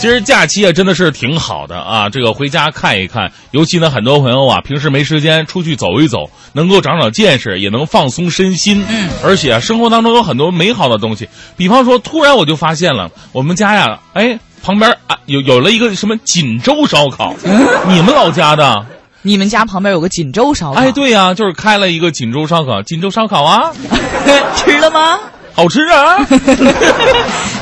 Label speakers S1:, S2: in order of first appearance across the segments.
S1: 其实假期啊，真的是挺好的啊。这个回家看一看，尤其呢，很多朋友啊，平时没时间出去走一走，能够长长见识，也能放松身心。
S2: 嗯，
S1: 而且啊，生活当中有很多美好的东西，比方说，突然我就发现了，我们家呀，哎，旁边啊，有有了一个什么锦州烧烤，你们老家的？
S2: 你们家旁边有个锦州烧烤，
S1: 哎，，对呀、就是开了一个锦州烧烤，锦州烧烤啊，
S2: 吃了 吗？
S1: 好吃啊。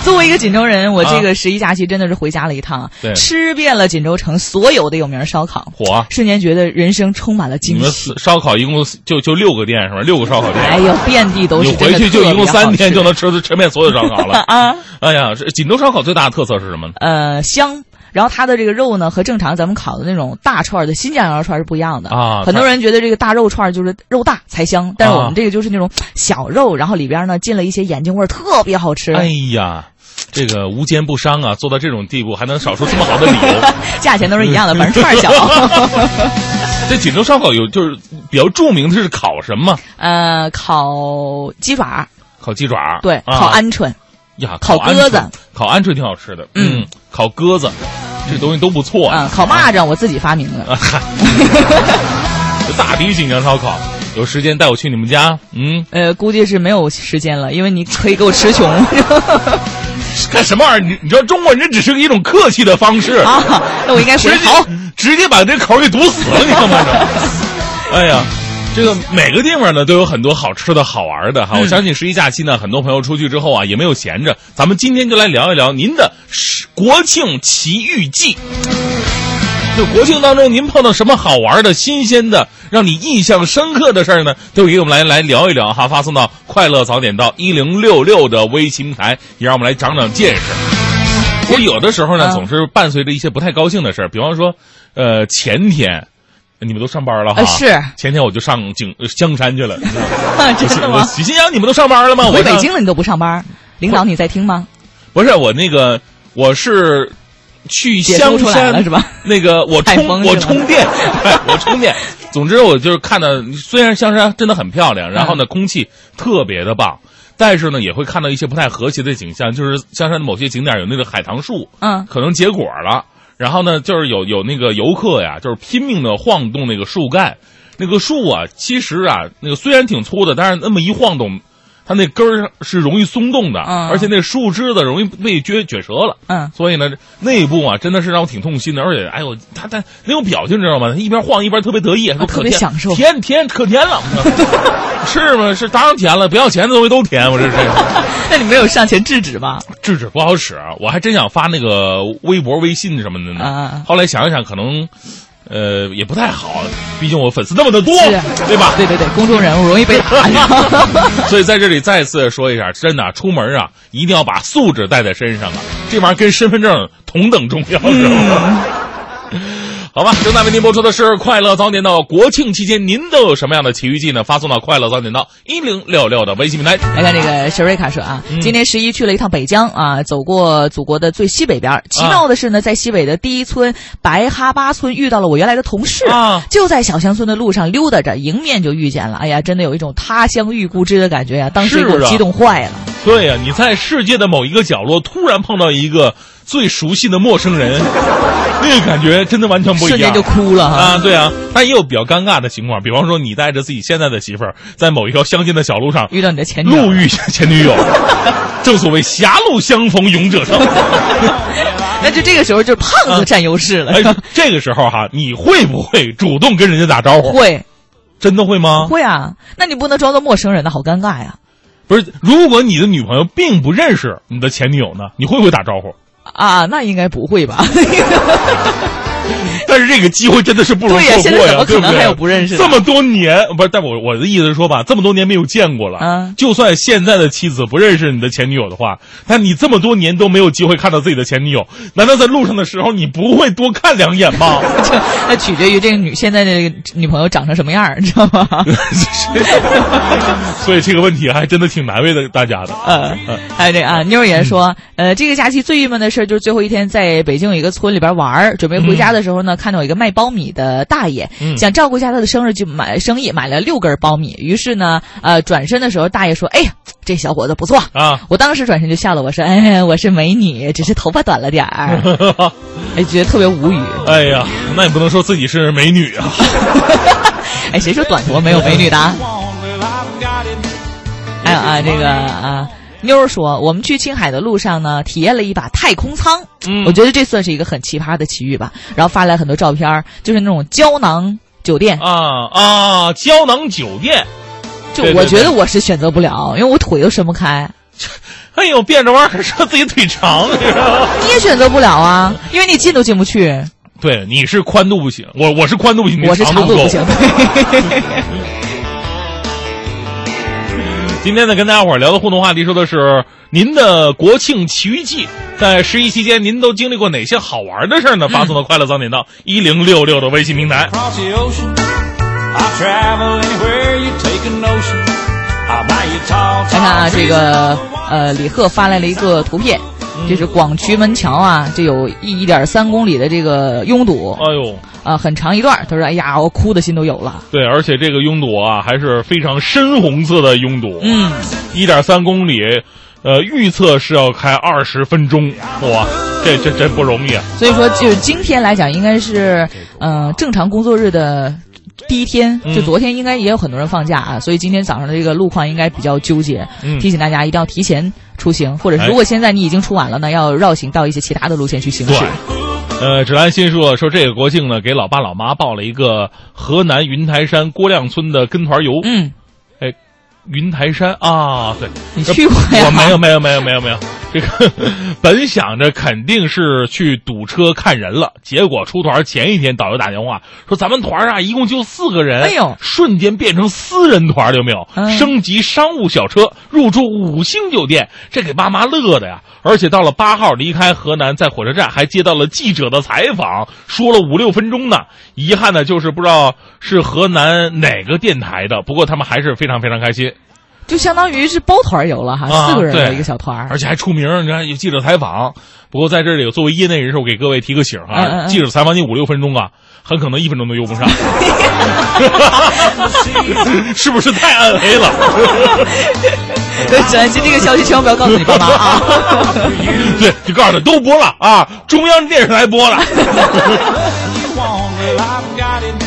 S2: 作为一个锦州人，我这个十一假期真的是回家了一趟，啊
S1: 对
S2: 吃遍了锦州城所有的有名烧烤，
S1: 火，啊
S2: 瞬间觉得人生充满了
S1: 你
S2: 惊
S1: 们
S2: 喜。
S1: 烧烤一共就就六个店是吧？六个烧烤店。
S2: 哎呦，遍地都
S1: 你
S2: 是，
S1: 回去就一共三天就
S2: 能
S1: 能吃吃遍所有烧烤 了。
S2: 啊，
S1: 哎呀，这锦州烧烤最大的特色是什么呢？
S2: 呃，香。然后它的这个肉呢，和正常咱们烤的那种大串儿的新疆羊肉串儿是不一样的
S1: 啊
S2: 很多人觉得这个大肉串儿就是肉大才香，但是我们这个就是那种小肉，然后里边呢进了一些眼睛味儿，特别好吃。
S1: 哎呀，这个无奸不商啊，做到这种地步还能少出这么好的理由。
S2: 价 钱都是一样的，反正串 儿小。
S1: 这锦州烧烤有就是比较著名的是烤什么？
S2: 呃，烤鸡爪儿，
S1: 烤鸡爪，
S2: 对，
S1: 啊
S2: 烤鹌鹑，
S1: 呀，
S2: 烤
S1: 鹌
S2: 鸽
S1: 鹑
S2: 子，
S1: 烤鹌鹑挺好吃的，
S2: 嗯
S1: 嗯，烤鸽子，这东西都不错
S2: 嗯，烤蚂蚱我自己发明的。
S1: 啊 嗨，这大逼锦江烧烤，有时间带我去你们家，嗯，
S2: 呃，估计是没有时间了，因为你可以给我 吃穷
S1: 干什么玩意儿？你你知道中国人只是一种客气的方式
S2: 啊，那我应该回
S1: 直接
S2: 头。
S1: 直接把这口给堵死了，你看吗？这，哎呀。这个每个地方呢都有很多好吃的好玩的哈，我相信十一假期呢，很多朋友出去之后啊也没有闲着，咱们今天就来聊一聊您的是国庆奇遇记。就国庆当中，您碰到什么好玩的、新鲜的、让你印象深刻的事儿呢？都可以给我们来来聊一聊哈，发送到快乐早点到一零六六的微信平台，也让我们来长长见识。我有的时候呢，
S2: 嗯
S1: 总是伴随着一些不太高兴的事儿，比方说，呃，前天你们都上班了哈，
S2: 呃，是
S1: 前天我就上景呃香山去 了，你知道吗
S2: 真的
S1: 我
S2: 吗？
S1: 喜新阳，你们都上班了吗？我
S2: 回北
S1: 上
S2: 京了你都不上班儿，领导你在听吗？
S1: 不是我那个，我是去
S2: 解
S1: 香
S2: 读出来
S1: 山
S2: 了是吧？
S1: 那个 我
S2: 采
S1: 充
S2: 风
S1: 我
S2: 去了
S1: 充电， 对我充电。总之，我就是看到，虽然香山真的很漂
S2: 嗯
S1: 亮，然后呢，空气特别的棒，但是呢，也会看到一些不太和谐的景象，就是香山的某些景点有那个海棠树，
S2: 嗯，
S1: 可能结果了。然后呢，就是有有那个游客呀，就是拼命的晃动那个树干，那个树啊，其实啊，那个虽然挺粗的，但是那么一晃动，它那根儿是容易松动的，
S2: 嗯
S1: 而且那树枝子容易被撅撅折了。
S2: 嗯，
S1: 所以呢，内部啊，真的是让我挺痛心的，而且，哎呦，他他那种表情，你知道吗？他一边晃一边特别得意，说
S2: 啊特别
S1: 可甜
S2: 享受
S1: 甜甜可甜了， 是吗？是当然甜了，不要钱的东西都甜，我这是。
S2: 那你没有上前制止吧？
S1: 制止不好使，我还真想发那个微博、微信什么的呢。
S2: 啊
S1: 后来想一想，可能，呃，也不太好，毕竟我粉丝那么的多
S2: 是，啊
S1: 对吧？
S2: 对对对，公众人物容易被 打 呀。
S1: 所以在这里再次说一下，真的，出门啊，一定要把素质带在身上啊，这玩意儿跟身份证同等重要，
S2: 嗯
S1: 知道吗？好吧，正在为您播出的是《快乐早点到》，国庆期间您都有什么样的奇遇记呢？发送到《快乐早点到》一零六六的微信平台。
S2: 来看这哎个沈瑞卡说啊，
S1: 嗯
S2: 今年十一去了一趟北疆啊，走过祖国的最西北边
S1: 啊
S2: 儿。奇妙的是呢，在西北的第一村白哈巴村遇到了我原来的同事
S1: 啊
S2: 就在小乡村的路上溜达着，迎面就遇见了。哎呀，真的有一种他乡遇故知的感觉呀、当时给我
S1: 是啊
S2: 激动坏了。
S1: 对呀、你在世界的某一个角落突然碰到一个最熟悉的陌生 人，那个感觉真的完全不一
S2: 瞬
S1: 样。
S2: 间就哭了哈、
S1: 啊，对啊，但也有比较尴尬的情况，比方说你带着自己现在的媳妇儿，在某一条乡间的小路上
S2: 遇到你的前女友
S1: 路遇前女友， 正所谓狭路相逢勇者胜。
S2: 那就这个时候就是胖
S1: 啊
S2: 子占优势了。
S1: 哎
S2: 是吧，
S1: 这个时候哈、你会不会主动跟人家打招呼？
S2: 会
S1: 真的会吗？
S2: 会啊，那你不能装作陌生人的好尴尬呀！
S1: 不是，如果你的女朋友并不认识你的前女友呢，你会不会打招呼？
S2: 啊，那应该不会吧？
S1: 但是这个机会真的是不容
S2: 对
S1: 错
S2: 呀
S1: 过呀，
S2: 现在
S1: 对不
S2: 怎么可能
S1: 对
S2: 还有不认识的
S1: 这么多年，不是？但我我的意思是说吧，这么多年没有见过了，
S2: 嗯
S1: 就算现在的妻子不认识你的前女友的话，但你这么多年都没有机会看到自己的前女友，难道在路上的时候你不会多看两眼 吗？
S2: 那取决于这个女现在的女朋友长成什么样儿，你知道吗？
S1: 所以这个问题还真的挺难为的大家的。
S2: 呃，还有这个啊，妞儿也说，呃，这个假期最郁闷的事儿就是最后一天在北京有一个村里边玩儿，准备回家的时候的时候呢，看到有一个卖苞米的大爷，
S1: 嗯
S2: 想照顾一下他的生日，就买生意买了六根苞米。于是呢，呃，转身的时候，大爷说：“哎呀，这小伙子不错。”
S1: 啊，
S2: 我当时转身就笑了，我说：“哎，我是美女，只是头发短了点儿。”哎，觉得特别无语。
S1: 哎呀，那也不能说自己是美女啊。
S2: 哎，谁说短头发没有美女的啊？还有啊，这个啊，妞儿说，我们去青海的路上呢，体验了一把太空舱，
S1: 嗯
S2: 我觉得这算是一个很奇葩的奇遇吧。然后发来很多照片儿，就是那种胶囊酒店，
S1: 啊啊，胶囊酒店，
S2: 就
S1: 对对
S2: 我觉得我是选择不了，因为我腿都伸不开。
S1: 哎呦，变着弯儿说自己腿长，你知道吗？
S2: 你也选择不了啊，
S1: 嗯
S2: 因为你进都进不去，
S1: 对，你是宽度不行，我我是宽度不行，你
S2: 我是
S1: 长
S2: 长
S1: 不
S2: 度
S1: 够
S2: 不。行。
S1: 今天呢，跟大家伙儿聊的互动话题说的是您的国庆奇遇记，在十一期间您都经历过哪些好玩的事
S2: 嗯
S1: 儿呢？发送到快乐早点到一零六六的微信平台。
S3: across the ocean. I'll travel anywhere you take an ocean. I'll buy you tall,
S2: 来看啊
S3: tall，
S2: 这
S3: trees
S2: 个
S3: on the water.
S2: 呃，李贺发来了一个图片，
S1: 嗯
S2: 这是广渠门桥啊，这有一一点三公里的这个拥堵
S1: 哎呦，
S2: 啊，很长一段儿。他说：“哎呀，我哭的心都有了。
S1: 对，而且这个拥堵啊，还是非常深红色的拥堵，”啊
S2: 嗯，
S1: 一点三公里，呃，预测是要开二十分钟，哇，这这这不容易啊！
S2: 所以说就是今天来讲，应该是呃正常工作日的。第一天，
S1: 嗯
S2: 就昨天应该也有很多人放假啊，所以今天早上的这个路况应该比较纠结。
S1: 嗯
S2: 提醒大家一定要提前出行，或者
S1: 哎
S2: 是如果现在你已经出晚了呢，要绕行到一些其他的路线去行驶。
S1: 对，呃，芷兰新说说这个国庆呢，给老爸老妈报了一个河南云台山郭亮村的跟团游。
S2: 嗯，
S1: 云台山啊，对，
S2: 你去过呀？
S1: 我没有，没有，没有，没有，没有。这个 本想着肯定是去堵车看人了，结果出团前一天，导游打电话说咱们团啊一共就四个人，
S2: 哎呦
S1: 瞬间变成私人团了，有没有？
S2: 嗯
S1: 升级商务小车，入住五星酒店，这给爸妈乐的呀！而且到了八号离开河南，在火车站还接到了记者的采访，说了五六分钟呢。遗憾呢，就是不知道是河南哪个电台的，不过他们还是非常非常开心。
S2: 就相当于是包团游了哈，
S1: 啊
S2: 四个人的
S1: 对
S2: 一个小团儿
S1: 而。且还出名儿，你看有记者采访。不过在这里，有作为业内人士，我给各位提个醒儿
S2: 嗯嗯
S1: 啊，
S2: 嗯
S1: 记者采访你五六分钟啊，很可能一分钟都用不 上，是不是太暗黑了？
S2: 对，只能这个消息千万不要告诉你爸妈啊。
S1: 对，就告诉他都播了啊，中央电视台播了。
S3: You want it, I've got it.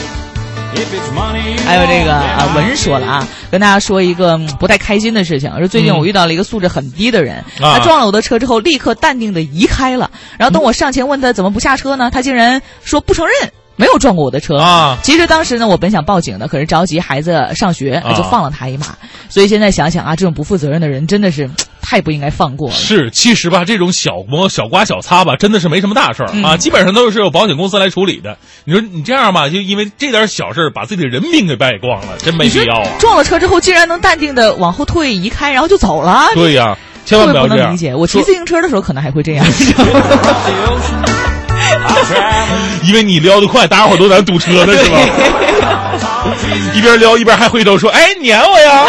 S3: If it's money you
S2: 还有这
S3: want,
S2: 个
S3: then
S2: 啊，
S3: I
S2: 文说了啊，跟大家说一个嗯不太开心的事情，是最近
S1: 嗯
S2: 我遇到了一个素质很低的人，
S1: 啊
S2: 他撞了我的车之后，立刻淡定的移开了，然后等我上前问他怎么不下车呢，他竟然说不承认没有撞过我的车
S1: 啊
S2: 其实当时呢，我本想报警的，可是着急孩子上学
S1: 啊，
S2: 就放了他一马。所以现在想想啊，这种不负责任的人真的是嗯太不应该放过了。
S1: 是，其实吧，这种小磨、小刮、小擦吧，真的是没什么大事儿、
S2: 嗯
S1: 啊，基本上都是由保险公司来处理的。你说你这样吧，就因为这点小事儿把自己的人命给败光了，真没
S2: 你说
S1: 必要啊。
S2: 撞了车之后，竟然能淡定的往后退移开，然后就走了，
S1: 对呀、千万
S2: 特
S1: 不
S2: 别
S1: 要
S2: 不
S1: 这
S2: 能
S1: 样。
S2: 理解。我骑
S1: 说
S2: 自行车的时候可能还会这样。
S3: across the ocean. I'll travel
S1: 因为你撩得快，大家伙都在堵车呢， 是吧？一边撩一边还回头说：“哎，撵我呀